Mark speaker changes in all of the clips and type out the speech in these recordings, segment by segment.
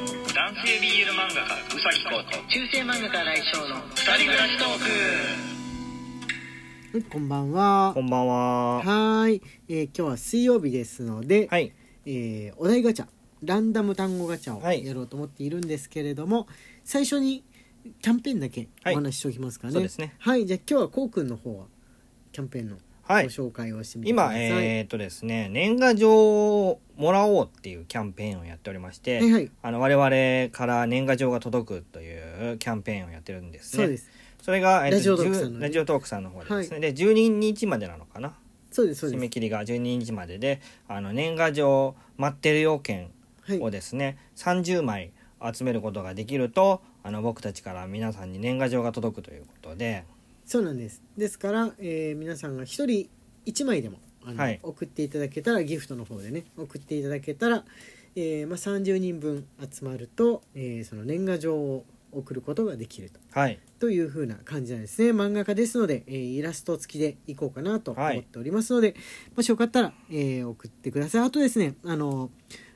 Speaker 1: 性 BL 漫画家うさぎこと
Speaker 2: 中世漫画家来翔の
Speaker 1: 二人暮らしトー
Speaker 3: はいこんばんは
Speaker 4: こんばんは。
Speaker 3: はーい、えー今日は水曜日ですので、
Speaker 4: はい。
Speaker 3: えーお題ガチャランダム単語ガチャを
Speaker 4: はい
Speaker 3: やろうと思っているんですけれども、最初にキャンペーンだけ
Speaker 4: はい
Speaker 3: お話ししておきますかね、
Speaker 4: そうですね
Speaker 3: はいじゃあ今日はこうくんの方はキャンペーンのご
Speaker 4: はい。
Speaker 3: 紹介をしてみてくだ
Speaker 4: 今、
Speaker 3: さい、
Speaker 4: えーっとですね、年賀状をもらおうっていうキャンペーンをやっておりまして、
Speaker 3: はいはい
Speaker 4: あの我々から年賀状が届くというキャンペーンをやってるんですね。
Speaker 3: そうです
Speaker 4: それが、えーっと
Speaker 3: ラジオトークさんの
Speaker 4: 10ラジオトークさんの方でですね、で12日までなのかな
Speaker 3: そうですそう
Speaker 4: 締
Speaker 3: で
Speaker 4: め
Speaker 3: す
Speaker 4: 切りが12日までであの年賀状待ってる要件
Speaker 3: はい
Speaker 4: をですね、30枚集めることができるとあの僕たちから皆さんに年賀状が届くということで
Speaker 3: そうなんですですから、えー皆さんが一人一枚でもあの、
Speaker 4: はい
Speaker 3: 送っていただけたらギフトの方でね送っていただけたら、えーまあ、30人分集まると、えーその年賀状を送ることができると
Speaker 4: はい
Speaker 3: という風な感じなんですね漫画家ですので、えーイラスト付きでいこうかなと
Speaker 4: はい
Speaker 3: 思っておりますので、もしよかったら、えー送ってくださいあとですねあの、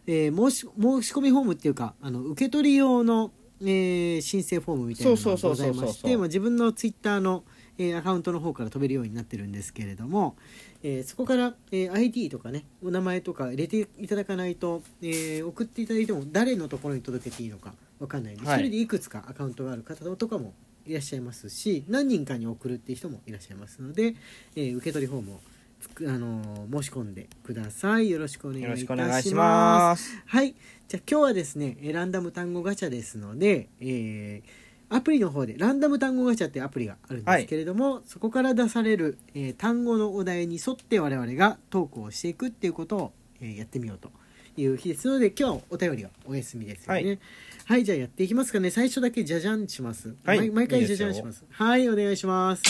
Speaker 3: えー申し申し込みフォームっていうかあの受け取り用の、えー申請フォームみたいなの
Speaker 4: そ
Speaker 3: が
Speaker 4: うそ
Speaker 3: ご
Speaker 4: うそ
Speaker 3: ざい
Speaker 4: うそ
Speaker 3: う
Speaker 4: そう
Speaker 3: ましてまあ自分のツイッターの、えーアカウントの方から飛べるようになってるんですけれども、えーそこから、えー ID とかねお名前とか入れていただかないと、えー送っていただいても誰のところに届けていいのかわかんないんで、
Speaker 4: はい
Speaker 3: それでいくつかアカウントがある方とかもいらっしゃいますし何人かに送るっていう人もいらっしゃいますので、えー受け取りフォームをつく、あのー申し込んでくださいよろしくお願いい
Speaker 4: よろ
Speaker 3: た
Speaker 4: し
Speaker 3: し
Speaker 4: くお願
Speaker 3: ま
Speaker 4: い
Speaker 3: す
Speaker 4: します。
Speaker 3: はいじゃあ今日はですねえーランダム単語ガチャですので、えーアプリの方でランダム単語ガチャっていうアプリがあるんですけれども、そこから出される、えー単語のお題に沿って我々がトークをしていくっていうことを、えーやってみようという日ですので今日はお便りはお休みですよね。は、
Speaker 4: はい
Speaker 3: じゃあやっていきますかね最初だけじゃじゃんします。
Speaker 4: はい
Speaker 3: 毎毎
Speaker 4: い
Speaker 3: 回
Speaker 4: い
Speaker 3: じ
Speaker 4: で
Speaker 3: ゃ
Speaker 4: す
Speaker 3: じゃ
Speaker 4: よ
Speaker 3: んしますはいお願いします。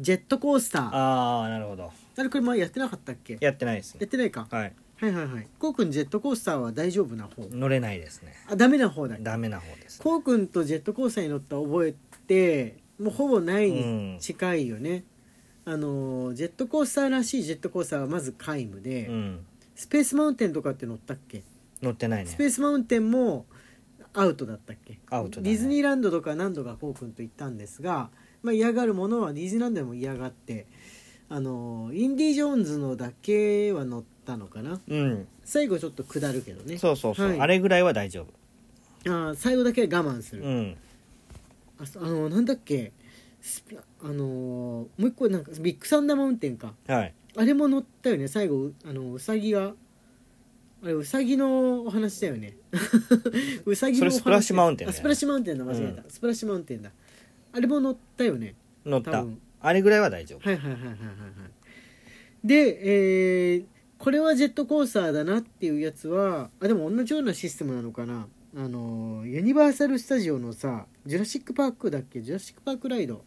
Speaker 3: ジェットコースター。あ
Speaker 4: ああなるほど
Speaker 3: れこれ前やってなかったっけ？や
Speaker 4: やってないですね
Speaker 3: ってないか。
Speaker 4: はい
Speaker 3: はいはいはい。こうくんジェットコースターは大丈夫な方。
Speaker 4: 乗れないですね
Speaker 3: あダメな方だ。
Speaker 4: ダメな方ですね
Speaker 3: こうくんとジェットコースターに乗った覚えってもうほぼないに近いよね。あのージェットコースターらしいジェットコースターはまず皆無で、
Speaker 4: うん
Speaker 3: スペースマウンテンとかって乗ったっけ？
Speaker 4: 乗ってない
Speaker 3: ス
Speaker 4: ね
Speaker 3: ペースマウンテンもアウトだったっけ？
Speaker 4: アウトだね
Speaker 3: ディズニーランドとか何度かこうくんと行ったんですが、まあ嫌がるものはディズニーランドでも嫌がって、あのーインディジョーンズのだけは乗ったのかな。
Speaker 4: うん
Speaker 3: 最後ちょっと下るけどね。
Speaker 4: そうそうそう、
Speaker 3: はい
Speaker 4: あれぐらいは大丈夫
Speaker 3: ああ最後だけ我慢する、
Speaker 4: うん
Speaker 3: あそあのなんだっけスピあのーもう一個なんかビッグサンダーマウンテンか
Speaker 4: はい
Speaker 3: あれも乗ったよね最後うあのうさぎがあれうさぎのお話だよね うさぎのお話
Speaker 4: それスプラッシュマウンテンだよね
Speaker 3: あスプラッシュマウンテンだ間違えた、スプラッシュマウンテンだあれも乗ったよね
Speaker 4: 乗っ
Speaker 3: 多
Speaker 4: た
Speaker 3: 分
Speaker 4: あれぐらいは大丈夫
Speaker 3: はいはいはいはいはいはいで、えーこれはジェットコースターだなっていうやつはあでも同じようなシステムなのかなあのーユニバーサル・スタジオのさ「ジュラシック・パーク」だっけ「ジュラシック・パーク・ライド」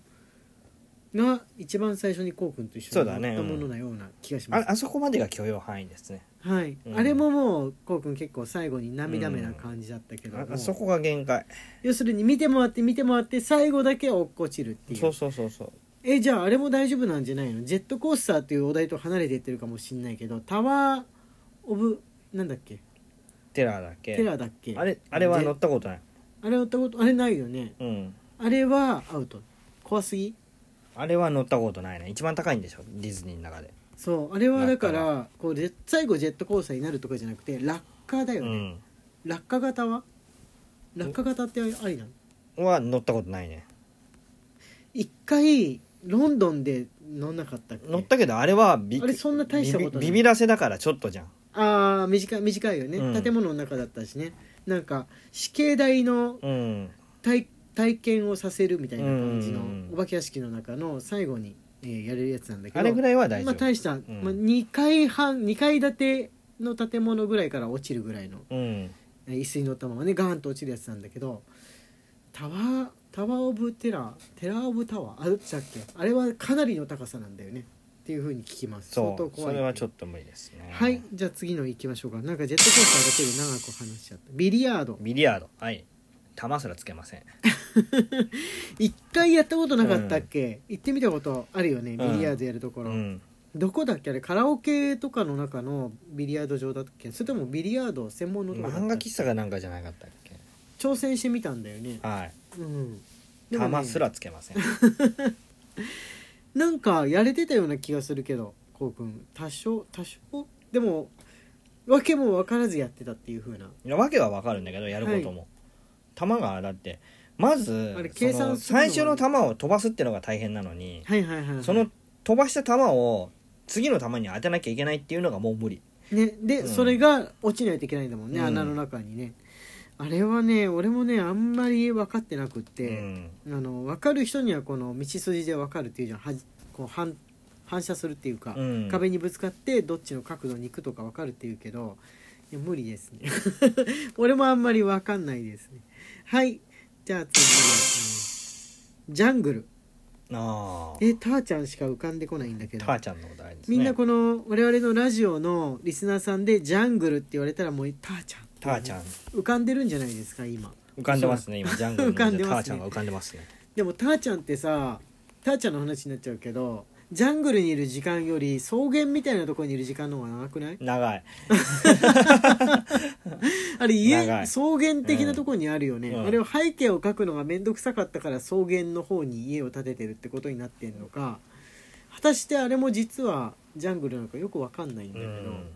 Speaker 3: が一番最初にこうくんと一緒に
Speaker 4: そうだ
Speaker 3: 乗
Speaker 4: ね
Speaker 3: った
Speaker 4: うん
Speaker 3: ものなような気がしま
Speaker 4: あ
Speaker 3: す、
Speaker 4: あそこまでが許容範囲ですね
Speaker 3: はい、
Speaker 4: うん
Speaker 3: あれももうこうくん結構最後に涙目な感じだったけど、
Speaker 4: ああそこが限界
Speaker 3: 要するに見てもらって見てもらって最後だけ落っこちるっていう
Speaker 4: そうそうそうそう
Speaker 3: えじゃああれも大丈夫なんじゃないのジェットコースターというお題と離れていってるかもしんないけどタワー・オブなんだっけ
Speaker 4: テラーだっけ
Speaker 3: テラーだっけ
Speaker 4: あれあれは乗
Speaker 3: で
Speaker 4: ったことない
Speaker 3: あれ乗ったことあれないよね
Speaker 4: うん
Speaker 3: あれはアウト怖すぎ
Speaker 4: あれは乗ったことないね一番高いんでしょディズニーの中で
Speaker 3: そうあれはだから
Speaker 4: だか
Speaker 3: こうジェ最後ジェットコースターになるとかじゃなくて落下だ
Speaker 4: う
Speaker 3: よね、
Speaker 4: ん
Speaker 3: 落下型は落下型ってありなの
Speaker 4: は乗ったことないね
Speaker 3: 一回ロンドンで乗んなかったっけ
Speaker 4: 乗ったけどあれはビ
Speaker 3: あれそんな大したことない
Speaker 4: ビビビビらせだからちょっとじゃん
Speaker 3: ああ短い短いよね、
Speaker 4: うん
Speaker 3: 建物の中だったしねなんか死刑台の
Speaker 4: うん
Speaker 3: 体体験をさせるみたいな感じの
Speaker 4: うんうんうん
Speaker 3: お化け屋敷の中の最後に、えーやれるやつなんだけど
Speaker 4: あれぐらいは大丈
Speaker 3: まあ
Speaker 4: 夫、
Speaker 3: 大した、
Speaker 4: ん
Speaker 3: まあ、2階半二階建ての建物ぐらいから落ちるぐらいの
Speaker 4: うん
Speaker 3: えー椅子に乗ったままねガーンと落ちるやつなんだけどタワータワー・オブ・テラーテラー・オブ・タワーあどっちだっけあれはかなりの高さなんだよねっていうふうに聞きます相
Speaker 4: そ
Speaker 3: 当
Speaker 4: う
Speaker 3: 怖
Speaker 4: そ
Speaker 3: い
Speaker 4: れはちょ
Speaker 3: っ
Speaker 4: っと無理ですね
Speaker 3: とはいじゃあ次の行きましょうかなんかジェットコースターだけで長く話しちゃったビリヤード
Speaker 4: ビリヤードはい玉すらつけません
Speaker 3: 一回やったことなかったっけ、行ってみたことあるよねビリヤードやるとこ
Speaker 4: う
Speaker 3: ろ、
Speaker 4: ん
Speaker 3: どこだっけあれカラオケとかの中のビリヤード場だっけそれともビリヤード専門のとこだ
Speaker 4: 漫
Speaker 3: っ
Speaker 4: 画
Speaker 3: た
Speaker 4: 喫茶がなんかじゃなかったっけ
Speaker 3: 挑戦してみたんだよね、
Speaker 4: はい
Speaker 3: うん、でもね
Speaker 4: 玉すらつけません
Speaker 3: なんかやれてたような気がするけどこうくん多少多少でも訳も分からずやってたっていう風ない
Speaker 4: やわけはわかるんだけどやることも、玉がだってまず
Speaker 3: あれ
Speaker 4: その
Speaker 3: 計算するの
Speaker 4: 最初の玉を飛ばすってのが大変なのに
Speaker 3: はいはいはいはい
Speaker 4: その飛ばした玉を次の玉に当てなきゃいけないっていうのがもう無理
Speaker 3: ねで、
Speaker 4: うん
Speaker 3: それが落ちないといけないんだもんね、
Speaker 4: うん
Speaker 3: 穴の中にねあれはね俺もねあんまり分かってなくっ
Speaker 4: う
Speaker 3: て、
Speaker 4: ん
Speaker 3: あの分かる人にはこの道筋で分かるっていうじゃんはじこう反反射するっていうか、
Speaker 4: うん
Speaker 3: 壁にぶつかってどっちの角度に行くとか分かるっていうけどいや無理ですね 俺もあんまり分かんないですねはいじゃあ次ですねジャングル
Speaker 4: ああ
Speaker 3: えターちゃんしか浮かんでこないんだけど
Speaker 4: ターちゃんのことあれですね
Speaker 3: みんなこの我々のラジオのリスナーさんで「ジャングル」って言われたらもうターちゃん
Speaker 4: ターちゃん
Speaker 3: 浮かんでるんじゃないですか今
Speaker 4: 浮かんでますね今ジャングル の
Speaker 3: 浮かんで
Speaker 4: タ
Speaker 3: ますね
Speaker 4: ーちゃんが浮かんでますね
Speaker 3: でもターちゃんってさターちゃんの話になっちゃうけどジャングルにいる時間より草原みたいなところにいる時間の方が長くない
Speaker 4: 長い
Speaker 3: あれ家
Speaker 4: 長い
Speaker 3: 草原的なところにあるよね、
Speaker 4: うん
Speaker 3: あれを背景を描くのが面倒くさかったから草原の方に家を建ててるってことになってんのか果たしてあれも実はジャングルなのかよくわかんないんだ
Speaker 4: う
Speaker 3: けど、
Speaker 4: ん、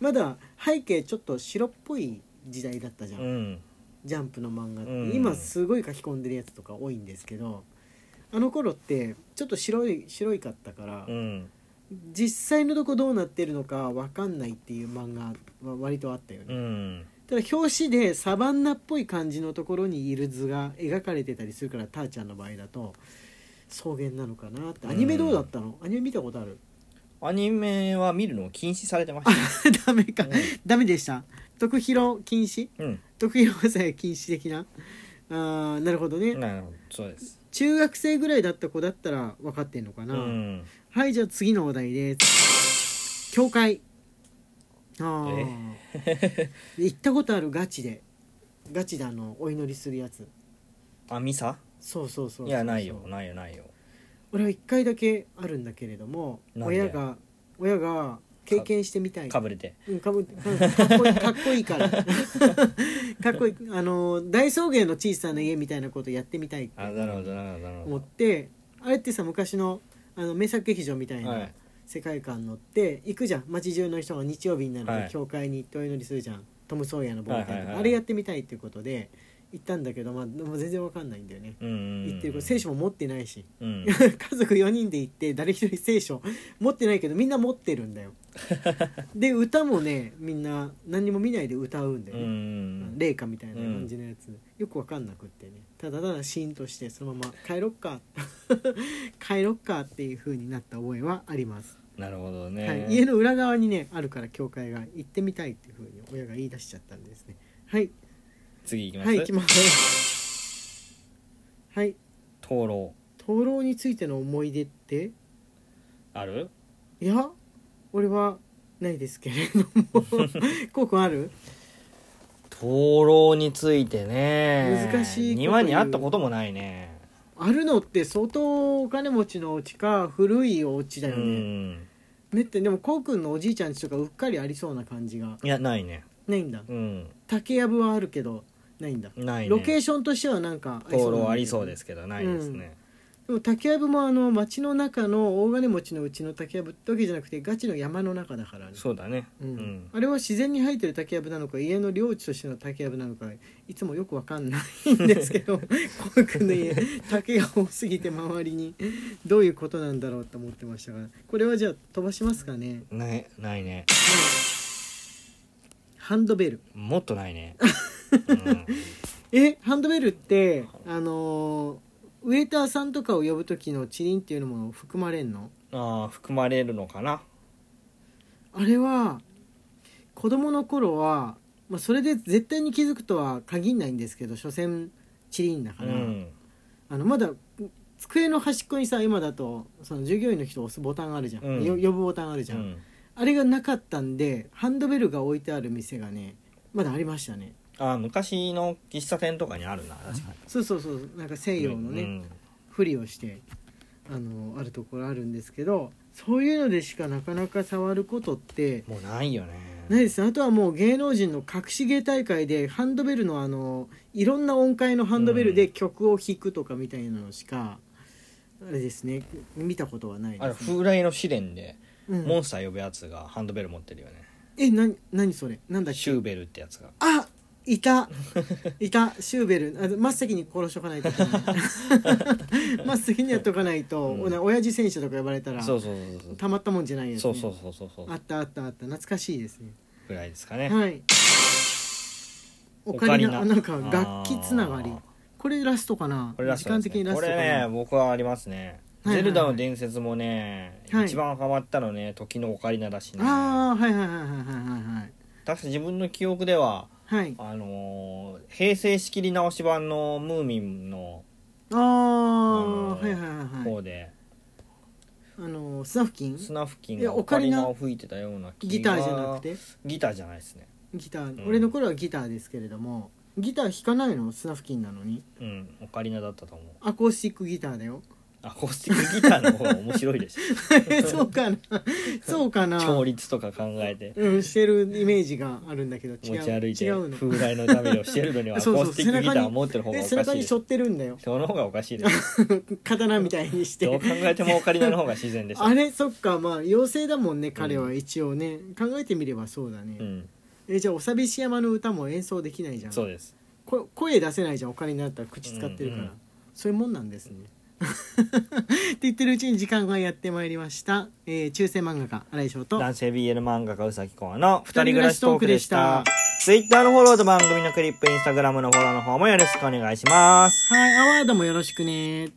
Speaker 3: まだ背景ちょっと白っぽい時代だったじゃん
Speaker 4: うん、
Speaker 3: ジャンプの漫画って、
Speaker 4: うん
Speaker 3: 今すごい書き込んでるやつとか多いんですけどあの頃ってちょっと白い白いかったから、
Speaker 4: うん、
Speaker 3: 実際のとこどうなってるのか分かんないっていう漫画は割とあったよ
Speaker 4: う
Speaker 3: ね、
Speaker 4: ん、
Speaker 3: ただ表紙でサバンナっぽい感じのところにいる図が描かれてたりするからターちゃんの場合だと草原なのかなってアニメどうだったの、アニメ見たことあ る
Speaker 4: アニメは見るのを禁止されてまし
Speaker 3: ダメか、
Speaker 4: うん
Speaker 3: ダメでした徳弘禁止
Speaker 4: たうん
Speaker 3: 徳弘さえ禁止的なあーなるほどね、
Speaker 4: なるほどそうです
Speaker 3: 中学生ぐらいだった子だったら分かってんのか
Speaker 4: う
Speaker 3: な、
Speaker 4: ん
Speaker 3: はいじゃあ次のお題です教会ああ 行ったことあるガチでガチであのお祈りするやつ
Speaker 4: あミサ
Speaker 3: そうそうそうい
Speaker 4: いやないよないよないよ
Speaker 3: 俺は一回だけあるんだけれども
Speaker 4: なんで
Speaker 3: 親が親が経験してみたい
Speaker 4: かぶれて
Speaker 3: うんかぶかっこいいかっこいいから かっこいいあの大草原の小さな家みたいなことやってみたいって
Speaker 4: あなるほどなるほどなるほ
Speaker 3: 思ってあれってさ昔のあの名作劇場みたい
Speaker 4: どは
Speaker 3: ない世界観乗って行くじゃん街中の人が日曜日になる
Speaker 4: は
Speaker 3: と
Speaker 4: い
Speaker 3: 教会に行ってお祈りするじゃん、トム・ソーヤーの冒険とか、
Speaker 4: はいはいはい
Speaker 3: あれやってみたいっていうことで行ったんだけど、まあ、でも全然わかんないんだよね
Speaker 4: うんうんうん
Speaker 3: 行ってること聖書も持ってないし
Speaker 4: うん
Speaker 3: 家族4人で行って誰一人聖書持ってないけどみんな持ってるん だよで歌もねみんな何にも見ないで歌うんだ
Speaker 4: う
Speaker 3: よね、
Speaker 4: ん
Speaker 3: 霊歌みたいな感じのやつ、よくわかんなくってねただただシーンとしてそのまま帰ろっか 帰ろっかっていう風になった覚えはあります、
Speaker 4: なるほどね、
Speaker 3: はい、家の裏側にねあるから教会が行ってみたいっていう風に親が言い出しちゃったんですねはい
Speaker 4: 次行きます
Speaker 3: はい行きます はい
Speaker 4: 灯籠
Speaker 3: 灯籠についての思い出って
Speaker 4: ある
Speaker 3: いや俺はないですけれども こうくんある
Speaker 4: 灯籠についてね
Speaker 3: 難しいこと言う
Speaker 4: 庭にあったこともないね
Speaker 3: あるのって相当お金持ちのお家か古いお家だ
Speaker 4: う
Speaker 3: よね、
Speaker 4: ん
Speaker 3: めってでもこうくんのおじいちゃんちとかうっかりありそうな感じが
Speaker 4: いやないね
Speaker 3: ないんだ
Speaker 4: うん
Speaker 3: 竹やぶはあるけどないんだ、
Speaker 4: ないね
Speaker 3: ロケーションとしてはなんか
Speaker 4: 灯籠ありそうですすけどないですね、
Speaker 3: でも竹やぶもあの町の中の大金持ちのうちの竹やぶってわけじゃなくてガチの山の中だからね
Speaker 4: そうだね
Speaker 3: う
Speaker 4: うんん、
Speaker 3: あれは自然に生えてる竹やぶなのか家の領地としての竹やぶなのかいつもよくわかんないんですけ どこうくんの家竹が多すぎて周りにどういうことなんだろうと思ってましたがこれはじゃあ飛ばしますかね
Speaker 4: ないないね
Speaker 3: ハンドベル
Speaker 4: もっとないね、 うん
Speaker 3: えハンドベルってあのーウェイターさんとかを呼ぶ時のチリンっていうのも含まれんの
Speaker 4: ああ含まれるのかな
Speaker 3: あれは子供の頃は、まあ、それで絶対に気づくとは限んないんですけど所詮チリンだか
Speaker 4: う
Speaker 3: ら、
Speaker 4: ん
Speaker 3: あのまだ机の端っこにさ今だとその従業員の人を押すボタンあるじゃん、
Speaker 4: うん
Speaker 3: よ呼ぶボタンあるじ
Speaker 4: う
Speaker 3: ゃん、
Speaker 4: ん
Speaker 3: あれがなかったんでハンドベルが置いてある店がねまだありましたね
Speaker 4: ああ昔の喫茶店とかにあるな確か
Speaker 3: そうそうそうなんか西
Speaker 4: に
Speaker 3: 洋のね、
Speaker 4: うん
Speaker 3: ふりをしてあのあるところあるんですけどそういうのでしかなかなか触ることって
Speaker 4: もうないよね
Speaker 3: ないですねあとはもう芸能人の隠し芸大会でハンドベルのあのいろんな音階のハンドベルで曲を弾くとかみたいなのしか、あれですね見たことはない
Speaker 4: あれ
Speaker 3: です、ね
Speaker 4: 風来の試練で
Speaker 3: うん
Speaker 4: モンスター呼ぶやつがハンドベル持ってるよね、
Speaker 3: えな何それなんだっ
Speaker 4: シ
Speaker 3: け
Speaker 4: ューベルってやつが
Speaker 3: あいたいたシューベルあ真っ先に殺しとかないといけない 真っ先にやっとかないと、
Speaker 4: うん
Speaker 3: おな親父選手とか呼ばれたら
Speaker 4: そうそうそうそう
Speaker 3: たまったもんじゃないです、
Speaker 4: そ
Speaker 3: ね、
Speaker 4: うそうそうそうそう
Speaker 3: あったあったあった懐かしいですね
Speaker 4: ぐらいですかね、
Speaker 3: はいオカリナあなんか楽器つながり
Speaker 4: あー
Speaker 3: これラストかな
Speaker 4: これラストです
Speaker 3: 時間的に
Speaker 4: ね
Speaker 3: ラス
Speaker 4: こ
Speaker 3: トか
Speaker 4: れ
Speaker 3: な、
Speaker 4: ね僕はありますね、
Speaker 3: はいはいはい
Speaker 4: ゼルダの伝説もね、
Speaker 3: はい
Speaker 4: 一番ハマったのね時のオカリナだしね
Speaker 3: ああはいはいはいはいはい
Speaker 4: 確か自分の記憶では
Speaker 3: はいはい
Speaker 4: あのー平成仕切り直し版のムーミンの
Speaker 3: あ
Speaker 4: あ
Speaker 3: あ
Speaker 4: の
Speaker 3: はいはいはいはい
Speaker 4: 方で
Speaker 3: あのースナフキン
Speaker 4: スナフキン
Speaker 3: いや
Speaker 4: が
Speaker 3: オ
Speaker 4: オ
Speaker 3: カ
Speaker 4: カ
Speaker 3: リ
Speaker 4: リ
Speaker 3: ナ
Speaker 4: ナを吹いてたような気が
Speaker 3: ギターじゃなくて
Speaker 4: ギターじゃないですね
Speaker 3: ギター、
Speaker 4: うん
Speaker 3: 俺の頃はギターですけれどもギター弾かないのスナフキンなのに
Speaker 4: うんオカリナだったと思う
Speaker 3: アコースティックギターだ よ
Speaker 4: アコースティックギターの方が面白いでし
Speaker 3: そうかなそうか
Speaker 4: ょ
Speaker 3: な
Speaker 4: 調律とか考えて
Speaker 3: うんしてるイメージがあるんだけど違
Speaker 4: 持
Speaker 3: う
Speaker 4: ち歩いて
Speaker 3: 違うの
Speaker 4: 風来のためをしてるのにはア コ
Speaker 3: そう
Speaker 4: ー
Speaker 3: そう
Speaker 4: スティックギ
Speaker 3: 背
Speaker 4: タ
Speaker 3: 中
Speaker 4: ー
Speaker 3: に
Speaker 4: を持ってる方が
Speaker 3: で
Speaker 4: お
Speaker 3: 背
Speaker 4: か
Speaker 3: 中
Speaker 4: しい
Speaker 3: に背負ってるんだよ
Speaker 4: その方がおかしいです
Speaker 3: 刀みたいにし
Speaker 4: どう
Speaker 3: て
Speaker 4: 考えてもオカリナの方が自然でした
Speaker 3: あれそっかまあ妖精だもんね彼は一応ね、考えてみればそうだね、
Speaker 4: うん
Speaker 3: えじゃあお寂し山の歌も演奏できないじゃん
Speaker 4: そうです
Speaker 3: こ声出せないじゃんお金になったら口使ってるから、
Speaker 4: うんうん
Speaker 3: そういうもんなんですね って言ってるうちに時間がやってまいりました、えー、中世漫画家荒井翔と
Speaker 4: 男性 BL 漫画家うさぎこうの二
Speaker 3: 人
Speaker 4: 人
Speaker 3: 暮
Speaker 4: 暮
Speaker 3: ら
Speaker 4: ら
Speaker 3: し
Speaker 4: し
Speaker 3: ト
Speaker 4: ト
Speaker 3: ー
Speaker 4: ー
Speaker 3: ク
Speaker 4: ク
Speaker 3: で
Speaker 4: で
Speaker 3: し
Speaker 4: したた Twitter のフォローと番組のクリップ Instagram のフォローの方もよろしくお願いします
Speaker 3: はいアワードもよろしくね